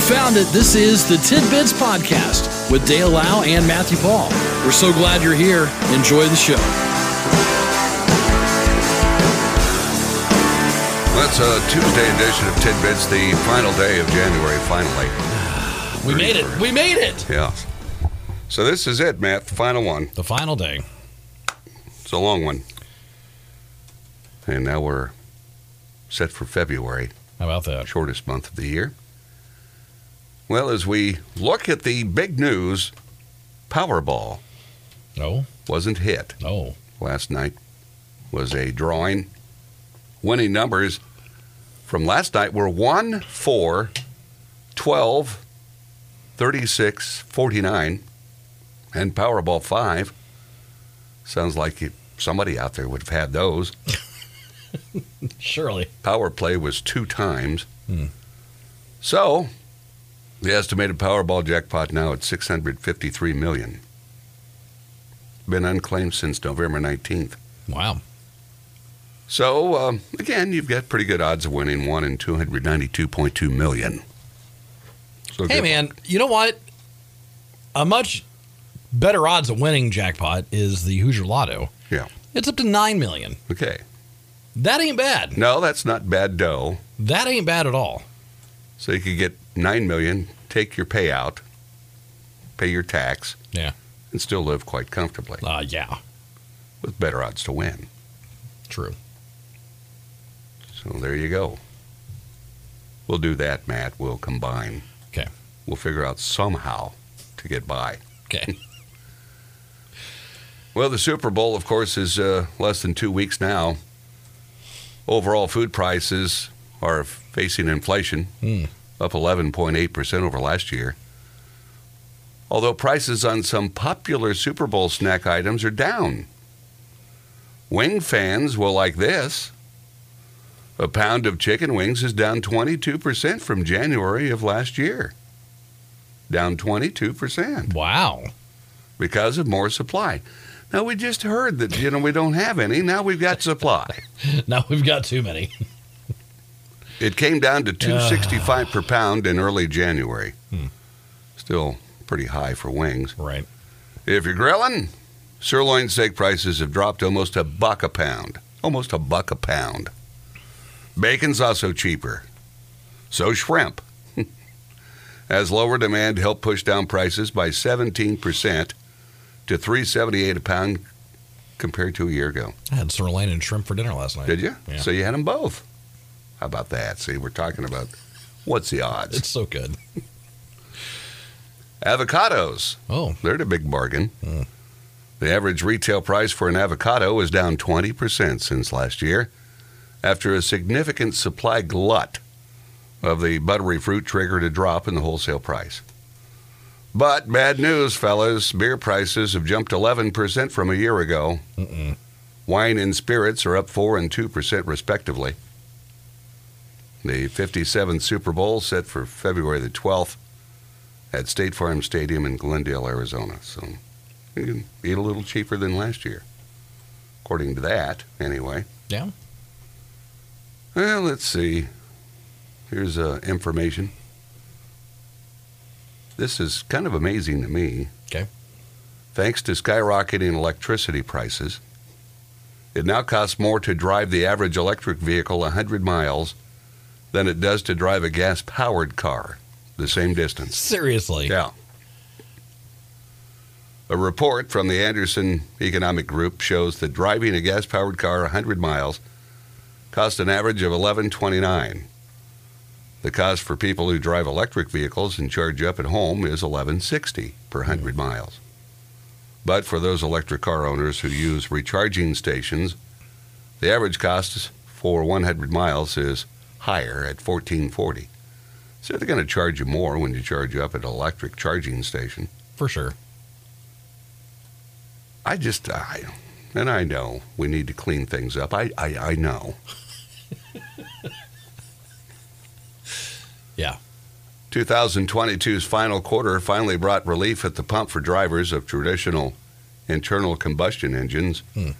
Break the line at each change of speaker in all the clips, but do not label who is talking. found it. This is the Tidbits Podcast with Dale Lau and Matthew Paul. We're so glad you're here. Enjoy the show.
That's a Tuesday edition of Tidbits, the final day of January, finally.
We made it. We made it.
Yeah. So this is it, Matt, the final one.
The final day.
It's a long one. And now we're set for February,
How about that?
shortest month of the year. Well, as we look at the big news, Powerball
No,
wasn't hit
no.
last night. Was a drawing. Winning numbers from last night were 1, 4, 12, 36, 49, and Powerball 5. Sounds like you- somebody out there would have had those.
Surely.
Power play was two times.
Hmm.
So, the estimated Powerball jackpot now at 653 million. Been unclaimed since November 19th.
Wow.
So um, again, you've got pretty good odds of winning one in two hundred ninety-two point two million. So
Hey,
good.
man, you know what? A much better odds of winning jackpot is the Hoosier Lotto.
Yeah.
It's up to 9 million.
Okay.
That ain't bad.
No, that's not bad dough.
That ain't bad at all.
So you could get nine million, take your payout, pay your tax,
Yeah.
and still live quite comfortably
Uh, yeah.
with better odds to win.
True.
So there you go. We'll do that, Matt. We'll combine.
Okay.
We'll figure out somehow to get by.
Okay.
Well, the Super Bowl, of course, is uh, less than two weeks now. Overall, food prices are facing inflation,
Hmm.
up 11.8% over last year. Although prices on some popular Super Bowl snack items are down. Wing fans will like this. A pound of chicken wings is down 22% from January of last year. Down 22%
Wow.
because of more supply. Now we just heard that you know we don't have any. Now we've got supply.
Now we've got too many.
It came down to 265 per pound in early January. Still pretty high for wings.
Right.
If you're grilling, sirloin steak prices have dropped almost a buck a pound. Almost a buck a pound. Bacon's also cheaper. So shrimp. As lower demand helped push down prices by 17% to 378 a pound compared to a year ago.
I had sirloin and shrimp for dinner last night.
Did you?
Yeah.
So you had them both. How about that? See, we're talking about what's the odds?
It's so good.
Avocados.
Oh,
They're the big bargain.
Mm.
The average retail price for an avocado is down 20% since last year after a significant supply glut of the buttery fruit triggered a drop in the wholesale price. But bad news, fellas. Beer prices have jumped 11% from a year ago.
Mm-mm.
Wine and spirits are up 4 and 2% respectively. The 57th Super Bowl set for February the 12th at State Farm Stadium in Glendale, Arizona. So you can eat a little cheaper than last year, according to that, anyway.
Yeah.
Well, let's see. Here's uh, information. This is kind of amazing to me.
Okay.
Thanks to skyrocketing electricity prices, it now costs more to drive the average electric vehicle 100 miles than it does to drive a gas powered car the same distance.
seriously.
Yeah. A report from the Anderson Economic Group shows that driving a gas-powered car 100 miles costs an average of 11.29. The cost for people who drive electric vehicles and charge up at home is 11.60 per 100 miles. But for those electric car owners who use recharging stations, the average cost for 100 miles is higher at 14.40. So they're going to charge you more when you charge up at an electric charging station.
For sure.
I just, I, and I know we need to clean things up. I, I, I know.
Yeah.
2022's final quarter finally brought relief at the pump for drivers of traditional internal combustion engines,
Hmm.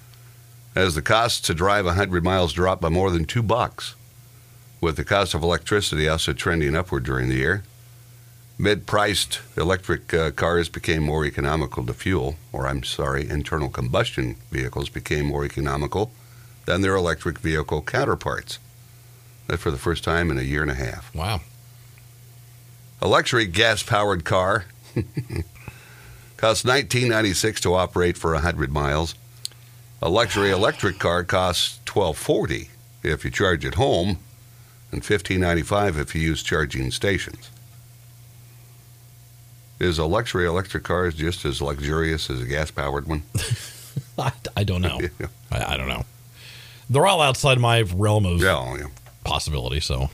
as the cost to drive 100 miles dropped by more than two bucks, with the cost of electricity also trending upward during the year. Mid-priced electric uh, cars became more economical to fuel, or I'm sorry, internal combustion vehicles became more economical than their electric vehicle counterparts. That for the first time in a year and a half.
Wow.
A luxury gas-powered car costs 19.96 to operate for 100 miles. A luxury electric car costs 12.40 if you charge at home and 15.95 if you use charging stations. Is a luxury electric car just as luxurious as a gas-powered one?
I, I don't know. I, I don't know. They're all outside my realm of
yeah, yeah.
possibility. So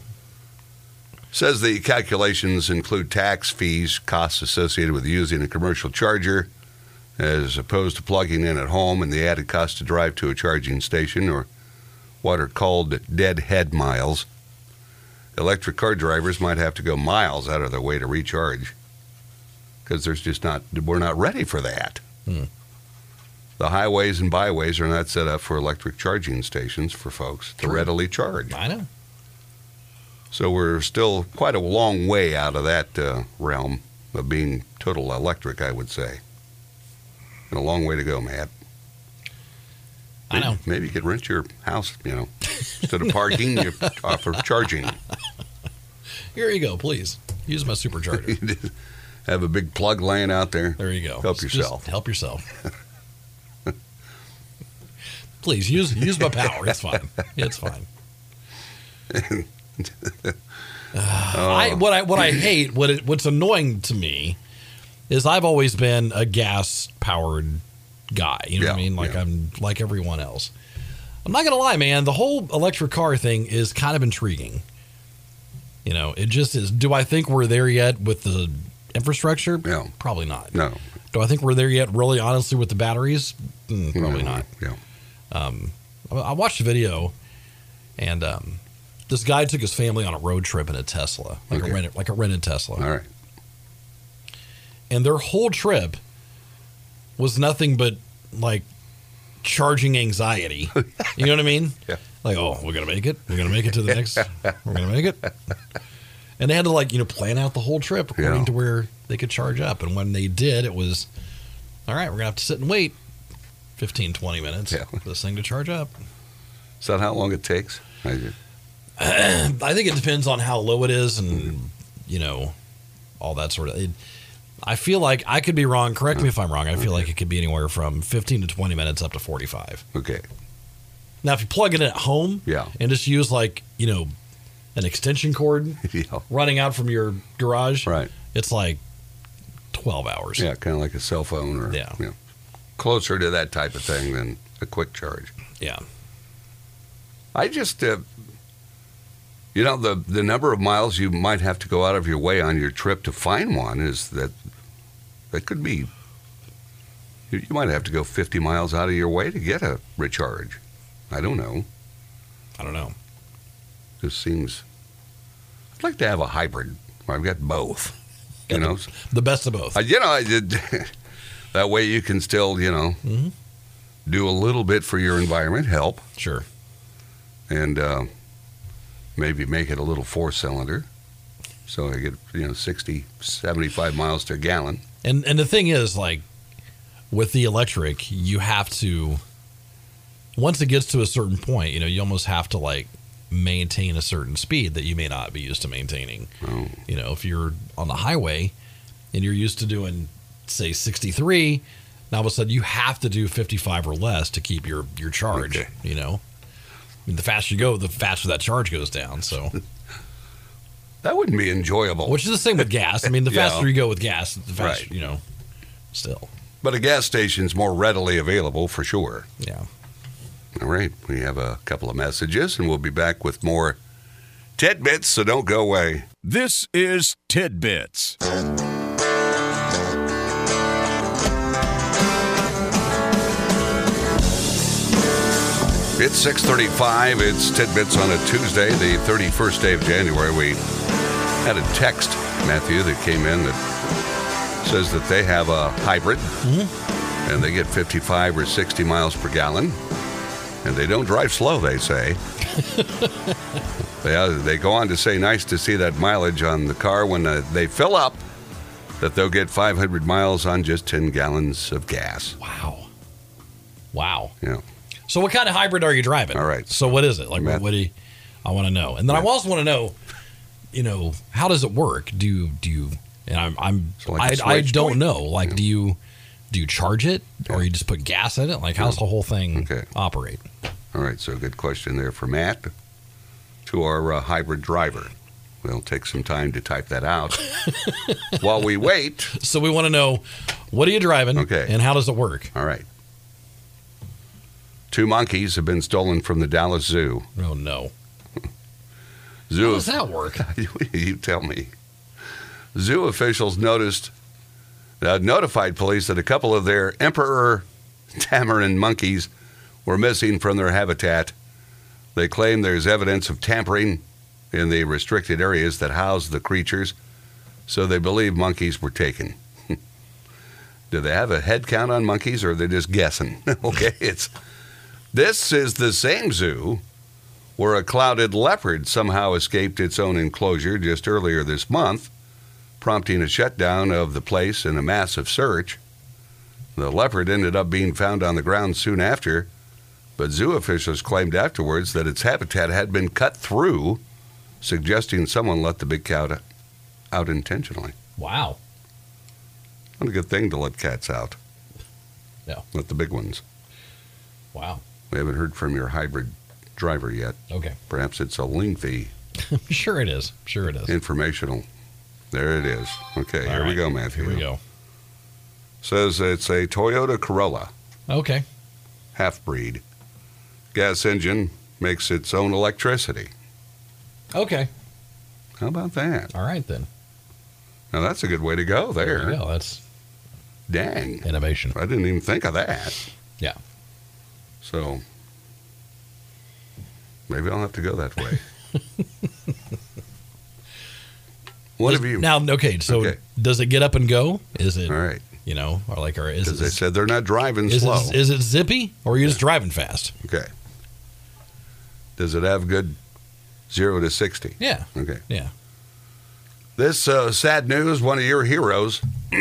Says the calculations include tax fees, costs associated with using a commercial charger as opposed to plugging in at home, and the added cost to drive to a charging station or what are called deadhead miles. Electric car drivers might have to go miles out of their way to recharge because there's just not, we're not ready for that.
Hmm.
The highways and byways are not set up for electric charging stations for folks to
True.
readily charge.
I know.
So we're still quite a long way out of that uh, realm of being total electric, I would say. And a long way to go, Matt.
I know.
Maybe you could rent your house, you know, instead of parking, you offer charging.
Here you go. Please use my supercharger.
Have a big plug laying out there.
There you go.
Help
Just
yourself.
help yourself. Please use use my power. It's fine. It's fine.
Oh.
I what I what I hate what it, what's annoying to me is I've always been a gas powered guy. You know what I
Yeah,
mean? Like
yeah.
I'm like everyone else. I'm not gonna lie, man. The whole electric car thing is kind of intriguing. You know, it just is. Do I think we're there yet with the infrastructure?
Yeah.
Probably not.
No.
Do I think we're there yet? Really, honestly, with the batteries, Mm, probably
no,
not. Um,
Yeah.
I I watched a video, and um, this guy took his family on a road trip in a Tesla, like
Okay.
a rented, like a rented Tesla,
All right.
and their whole trip was nothing but like charging anxiety. you know what I mean?
Yeah.
Like, oh, we're gonna make it. We're gonna make it to the next. we're gonna make it. And they had to like you know plan out the whole trip according
Yeah.
to where they could charge up. And when they did, it was all right. We're gonna have to sit and wait 15, 20 minutes
Yeah.
for this thing to charge up.
Is that how long it takes? I ju-
I think it depends on how low it is and you know all that sort of. It, I feel like I could be wrong. Correct me if I'm wrong. I feel like it could be anywhere from 15 to 20 minutes up to 45.
Okay.
Now, if you plug it in at home,
Yeah.
and just use like you know an extension cord
yeah.
running out from your garage,
Right.
It's like 12 hours.
Yeah. Kind of like a cell phone or
Yeah.
you know, closer to that type of thing than a quick charge.
Yeah.
I just, uh, you know, the the number of miles you might have to go out of your way on your trip to find one is that that could be. You you might have to go 50 miles out of your way to get a recharge. I don't know.
I don't know.
This seems. I'd like to have a hybrid. I've got both. You know,
The best of both.
I, Uh, you know, I did. that way you can still, you know,
Mhm.
do a little bit for your environment, help,
sure.
and uh, maybe make it a little four cylinder. So I get, you know, 60, 75 miles to a gallon.
And and the thing is, like with the electric, you have to once it gets to a certain point, you know, you almost have to like maintain a certain speed that you may not be used to maintaining.
Oh,
You know, if you're on the highway and you're used to doing say 63, now all of a sudden you have to do 55 or less to keep your your charge.
Okay.
You know, I mean, the faster you go, the faster that charge goes down. So,
that wouldn't be enjoyable.
which is the same with gas. I mean, the
Yeah.
faster you go with gas, the faster
Right.
you know. Still,
but a gas station's more readily available for sure.
yeah.
All right, we have a couple of messages, and we'll be back with more tidbits, so don't go away.
This is Tidbits.
It's 6:35. It's tidbits on a Tuesday, the 31st day of January. We had a text, Matthew, that came in that says that they have a hybrid, and they get 55 or 60 miles per gallon, and they don't drive slow. They say. uh, they they go on to say, nice to see that mileage on the car when uh, they fill up. that they'll get 500 miles on just 10 gallons of gas.
Wow. Wow.
You know,
So what kind of hybrid are you driving?
All right.
So what is it? Like
Matt.
what do you, I want to know. And then I also want to know, you know, how does it work? Do you, do you, and I'm, I'm,
So like a
I, I
switch
don't
joint?
know. Like, do you, do you charge it or you just put gas in it? Like how's the whole thing
Okay.
operate?
all right, so good question there for Matt. To our uh, hybrid driver. We'll take some time to type that out. While we wait,
So we want to know what are you driving
Okay.
and how does it work?
all right. Two monkeys have been stolen from the Dallas Zoo.
Oh no. How
Zoo
does that work?
you tell me. Zoo officials noticed uh, notified police that a couple of their emperor tamarin monkeys were missing from their habitat. They claim there's evidence of tampering in the restricted areas that house the creatures, so they believe monkeys were taken. Do they have a head count on monkeys or are they just guessing? okay, it's this is the same zoo where a clouded leopard somehow escaped its own enclosure just earlier this month, prompting a shutdown of the place and a massive search. The leopard ended up being found on the ground soon after, but zoo officials claimed afterwards that its habitat had been cut through, suggesting someone let the big cat out intentionally.
Wow.
Not a good thing to let cats out.
No.
Let the big ones.
Wow.
We haven't heard from your hybrid driver yet.
Okay.
Perhaps it's a lengthy
I'm sure it is. Sure it is.
Informational. There it is. Okay,
All
here we
right.
go, Matthew.
Here we go.
Says it's a Toyota Corolla,
Okay.
half breed. Gas engine makes its own electricity.
Okay.
How about that?
All right then.
Now that's a good way to go there.
There you go. That's
Dang.
innovation.
I didn't even think of that.
Yeah.
So maybe I'll have to go that way. what have you
Now, okay. So
Okay.
does it get up and go? Is it
All right.
you know or like or is
Because they
it,
said they're not driving
is,
slow.
it is it zippy or are you just driving fast?
Okay. Does it have good zero to 60?
Yeah.
Okay.
Yeah.
This uh, sad news one of your heroes,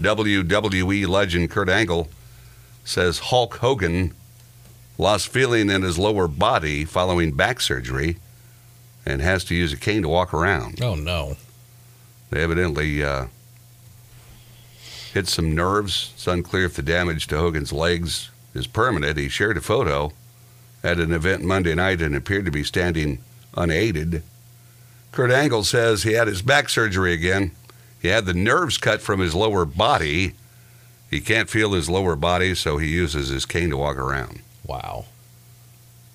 WWE legend Kurt Angle, says Hulk Hogan lost feeling in his lower body following back surgery and has to use a cane to walk around.
Oh no.
They evidently uh, hit some nerves. It's unclear if the damage to Hogan's legs is permanent. He shared a photo at an event Monday night and appeared to be standing unaided. Kurt Angle says he had his back surgery again. He had the nerves cut from his lower body. He can't feel his lower body, so he uses his cane to walk around.
Wow.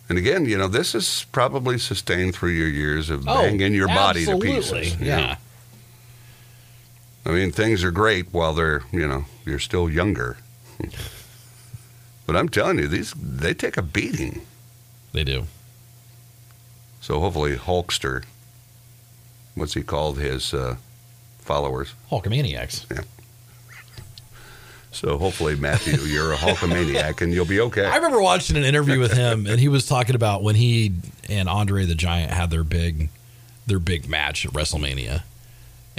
And again, you know, this is probably sustained through your years of
Oh,
banging your body to
absolutely.
pieces.
Yeah.
I mean, things are great while they're, you know, you're still younger. but I'm telling you, these they take a beating.
They do.
So hopefully, Hulkster, what's he called his uh, followers?
Hulkamaniacs.
So hopefully, Matthew, you're a Hulkamaniac and you'll be okay.
I remember watching an interview with him, and he was talking about when he and Andre the Giant had their big, their big match at WrestleMania,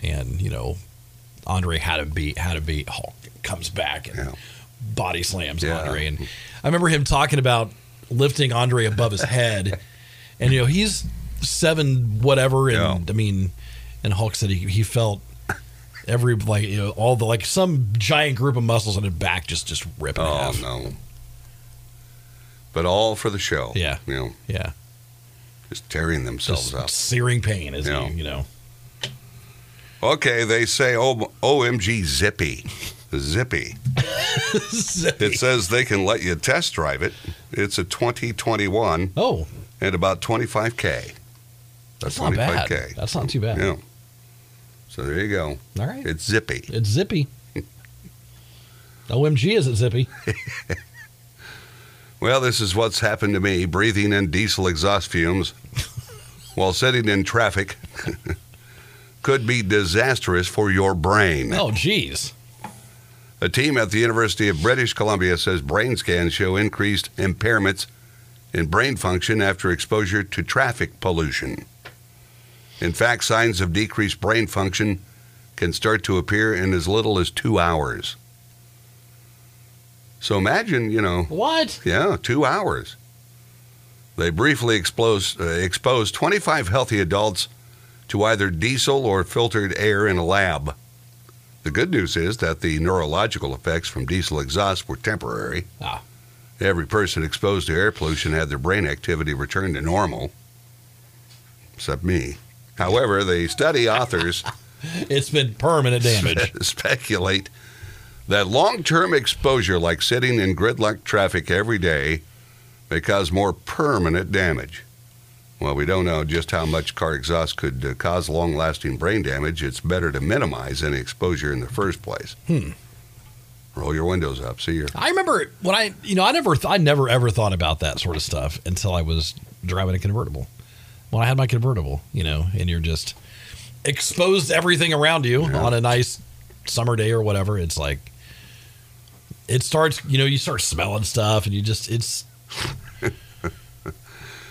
and you know, Andre had a beat, had a beat. Hulk comes back and
Yeah.
body slams
Yeah.
Andre, and I remember him talking about lifting Andre above his head, and you know he's seven whatever, and
Yeah.
I mean, and Hulk said he, he felt. Every like you know all the like some giant group of muscles in his back just just ripping
oh
half.
no! But all for the show.
Yeah.
you know,
yeah
just tearing themselves
Just
up.
Searing pain as
Yeah.
you, you know.
Okay, they say, oh, OMG, zippy, zippy. It says they can let you test drive it. It's a 2021
oh,
and about 25K.
that's not bad. That's not too bad.
Yeah. So there you go.
All right.
It's zippy.
It's zippy. OMG, is it zippy?
Well, this is what's happened to me breathing in diesel exhaust fumes while sitting in traffic could be disastrous for your brain.
Oh, geez.
A team at the University of British Columbia says brain scans show increased impairments in brain function after exposure to traffic pollution. In fact, signs of decreased brain function can start to appear in as little as two hours. So imagine, you know,
What?
yeah, two hours. They briefly expose, uh, expose 25 healthy adults to either diesel or filtered air in a lab. The good news is that the neurological effects from diesel exhaust were temporary.
Ah.
Every person exposed to air pollution had their brain activity return to normal, except me. However, the study authors
It's been permanent damage.
speculate that long term exposure, like sitting in gridlock traffic every day, may cause more permanent damage. Well, we don't know just how much car exhaust could uh, cause long lasting brain damage. It's better to minimize any exposure in the first place.
Hmm.
Roll your windows up. See your.
I remember when I, you know, I never, th- I never ever thought about that sort of stuff until I was driving a convertible. When I had my convertible, you know, and you're just exposed to everything around you on a nice summer day or whatever. It's like, it starts, you know, you start smelling stuff and you just, it's,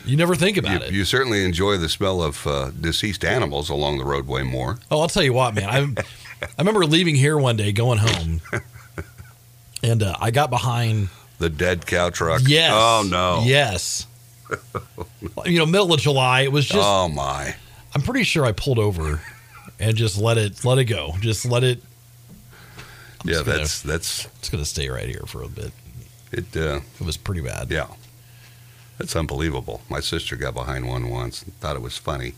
you never think about it.
You, you certainly enjoy the smell of uh, deceased animals along the roadway more.
Oh, I'll tell you what, man. I I remember leaving here one day, going home, and uh, I got behind.
The dead cow truck.
Yes.
Oh, no.
Yes. you know, middle of July. It was just.
oh, my.
I'm pretty sure I pulled over, and just let it let it go. Just let it. I'm
Yeah,
just gonna-
that's, that's,
It's gonna stay right here for a bit.
it. Uh,
It was pretty bad.
Yeah. That's unbelievable. My sister got behind one once and thought it was funny.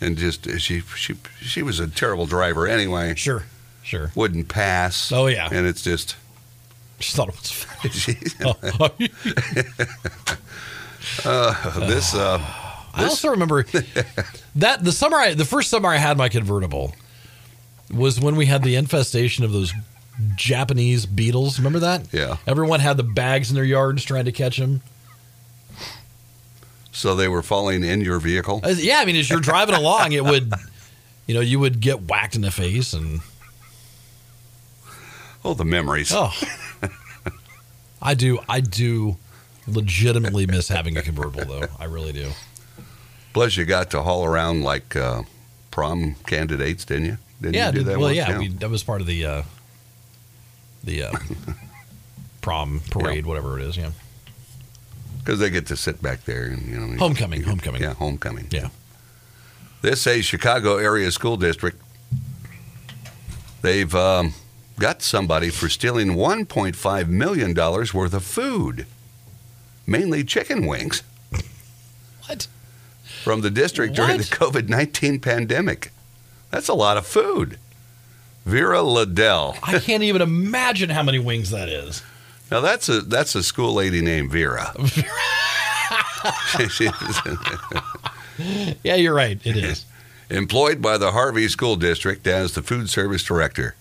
and just she she she was a terrible driver anyway.
Sure. Sure.
Wouldn't pass.
Oh yeah.
And it's just
She thought it was. funny.
she,
Oh,
this uh
I also remember that the summer I, the first summer I had my convertible was when we had the infestation of those Japanese beetles. Remember that?
Yeah.
Everyone had the bags in their yards trying to catch them.
so they were falling in your vehicle.
I was- yeah, I mean, as you're driving along, it would, you know, you would get whacked in the face, and
Oh, the memories.
oh, I do, I do, legitimately miss having a convertible though. I really do.
Plus you got to haul around like uh prom candidates, didn't you? Didn't
yeah,
you do
did-
that
well,
once?
yeah, we, that was part of the uh, the uh, prom parade, whatever it is. Yeah.
Because they get to sit back there and you know
Homecoming,
you get-
homecoming.
Yeah, homecoming.
Yeah.
This says Chicago area school district. They've um, got somebody for stealing 1.5 million dollars worth of food, mainly chicken wings,
What?
from the district during the COVID-19 pandemic. That's a lot of food. Vera Liddell.
I can't even imagine how many wings that is.
Now that's a that's a school lady named Vera. She was-
Yeah, you're right. It is.
employed by the Harvey School District as the food service director.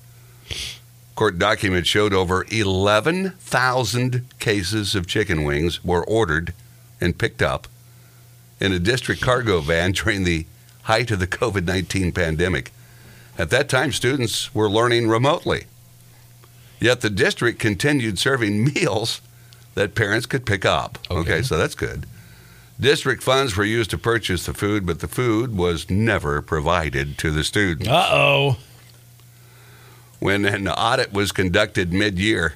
Court documents showed over 11,000 cases of chicken wings were ordered and picked up in a district cargo van during the height of the COVID 19 pandemic. At that time, students were learning remotely. Yet the district continued serving meals that parents could pick up.
Okay.
okay so that's good. District funds were used to purchase the food, but the food was never provided to the students.
Uh oh.
When an audit was conducted mid year,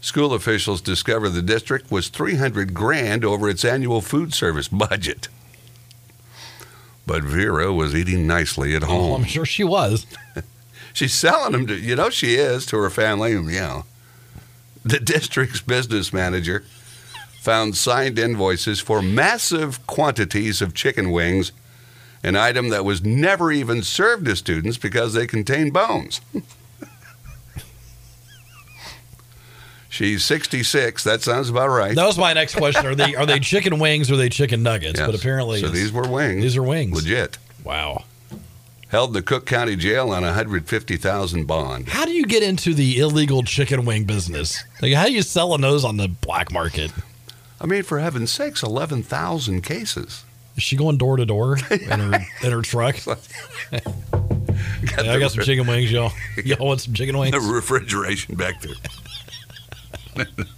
school officials discovered the district was 300 grand over its annual food service budget. But Vera was eating nicely at
Well, I'm
home.
sure she was.
She's selling them to, you know, she is to her family. and, You know, the district's business manager found signed invoices for massive quantities of chicken wings, an item that was never even served to students because they contain bones. She's 66. That sounds about right.
That was my next question. Are they are they chicken wings or are they chicken nuggets?
Yes.
But apparently,
so
it's-
these were wings.
these are wings.
legit.
Wow.
Held in the Cook County Jail on a 150,000 bond.
How do you get into the illegal chicken wing business? Like, how are you selling those on the black market?
I mean, for heaven's sakes, 11,000 cases.
Is she going door to door in her in her truck? Yeah, I got some chicken wings, y'all. Y'all want some chicken wings?
the refrigeration back there.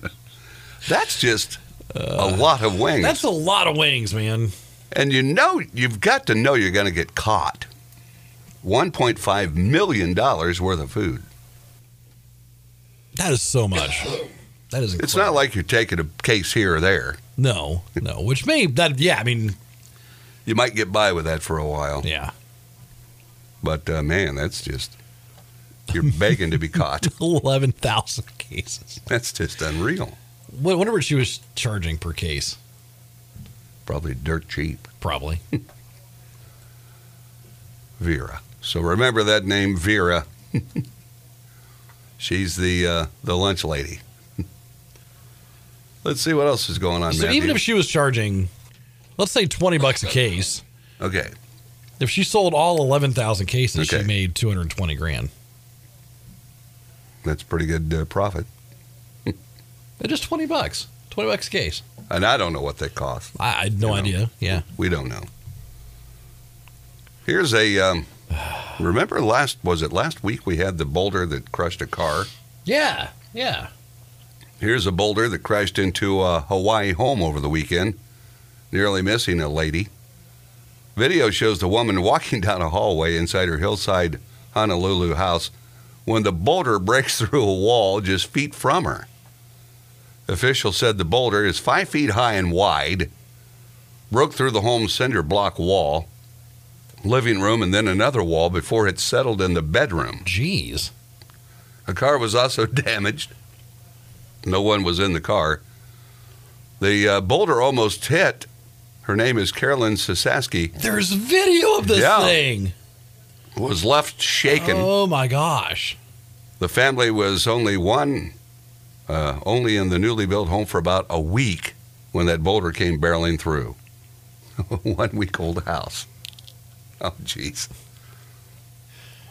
that's just a lot of wings.
Uh, That's a lot of wings, man.
and you know, you've got to know you're going to get caught. $1.5 million dollars worth of food.
That is so much. That is. Incredible.
It's not like you're taking a case here or there.
no, no. Which may that yeah. I mean
You might get by with that for a while,
yeah.
but uh, man, that's just, you're begging to be caught.
Eleven thousand cases.
That's just unreal.
Wh- Wonder what she was charging per case.
Probably dirt cheap.
Probably.
Vera. So remember that name, Vera. She's the uh, the lunch lady. Let's see what else is going on,
so
Matthew.
even if she was charging, let's say twenty bucks a case.
okay,
If she sold all eleven thousand cases,
Okay.
she made two hundred twenty grand.
that's pretty good uh, profit.
They're just twenty bucks. Twenty bucks a case.
And I don't know what that cost.
I, I had no
You know.
idea. Yeah.
We don't know. Here's a. Um, remember last was it last week we had the boulder that crushed a car.
Yeah. Yeah.
Here's a boulder that crashed into a Hawaii home over the weekend, nearly missing a lady. Video shows the woman walking down a hallway inside her hillside Honolulu house when the boulder breaks through a wall just feet from her. Officials said the boulder is five feet high and wide, broke through the home's cinder block wall, living room, and then another wall before it settled in the bedroom.
Jeez.
A car was also damaged. No one was in the car. The uh, boulder almost hit. Her name is Carolyn Sasaski.
There's video of this
Yeah.
thing.
Was left shaken.
Oh my gosh.
The family was only one, uh, only in the newly built home for about a week when that boulder came barreling through. one week old house. Oh, jeez.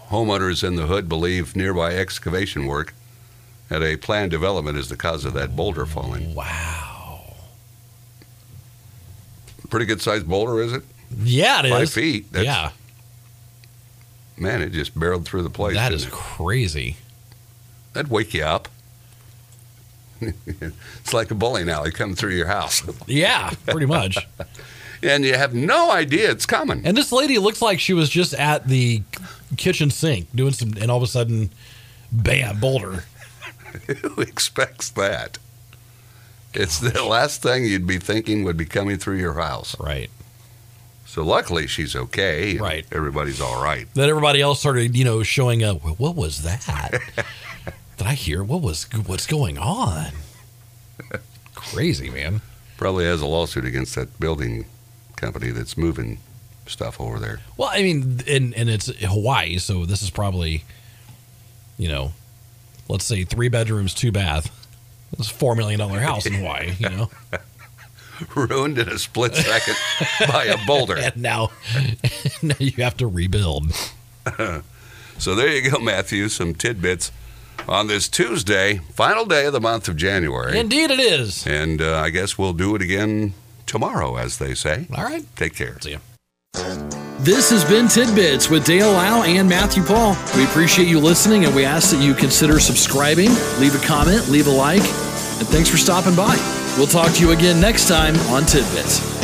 Homeowners in the hood believe nearby excavation work at a planned development is the cause of that boulder falling.
Wow.
pretty good sized boulder, is it?
Yeah, it is.
Five feet. That's,
yeah.
Man, it just barreled through the place.
That
didn't
is
it?
crazy.
That'd wake you up. it's like a bowling alley coming through your house,
Yeah, pretty much.
and you have no idea it's coming.
and this lady looks like she was just at the kitchen sink doing some, and all of a sudden, bam, boulder.
Who expects that? It's the last thing you'd be thinking would be coming through your house.
Right.
So luckily, she's okay. and
Right.
Everybody's all right.
Then everybody else started, you know, showing up. "Well, What was that? Did I hear? What was? What's going on? Crazy, man.
Probably has a lawsuit against that building company that's moving stuff over there.
Well, I mean, and and it's Hawaii, so this is probably, you know, let's say three bedrooms, two bath. It's a four million dollar house in Hawaii, you know,
Ruined in a split second by a boulder.
and now, now you have to rebuild.
So there you go, Matthew. Some tidbits on this Tuesday, final day of the month of January. And,
Indeed, it is.
uh, I guess we'll do it again tomorrow, as they say.
All right.
Take care.
See ya.
This has been Tidbits with Dale Lau and Matthew Paul. We appreciate you listening and we ask that you consider subscribing, leave a comment, leave a like, and thanks for stopping by. We'll talk to you again next time on Tidbits.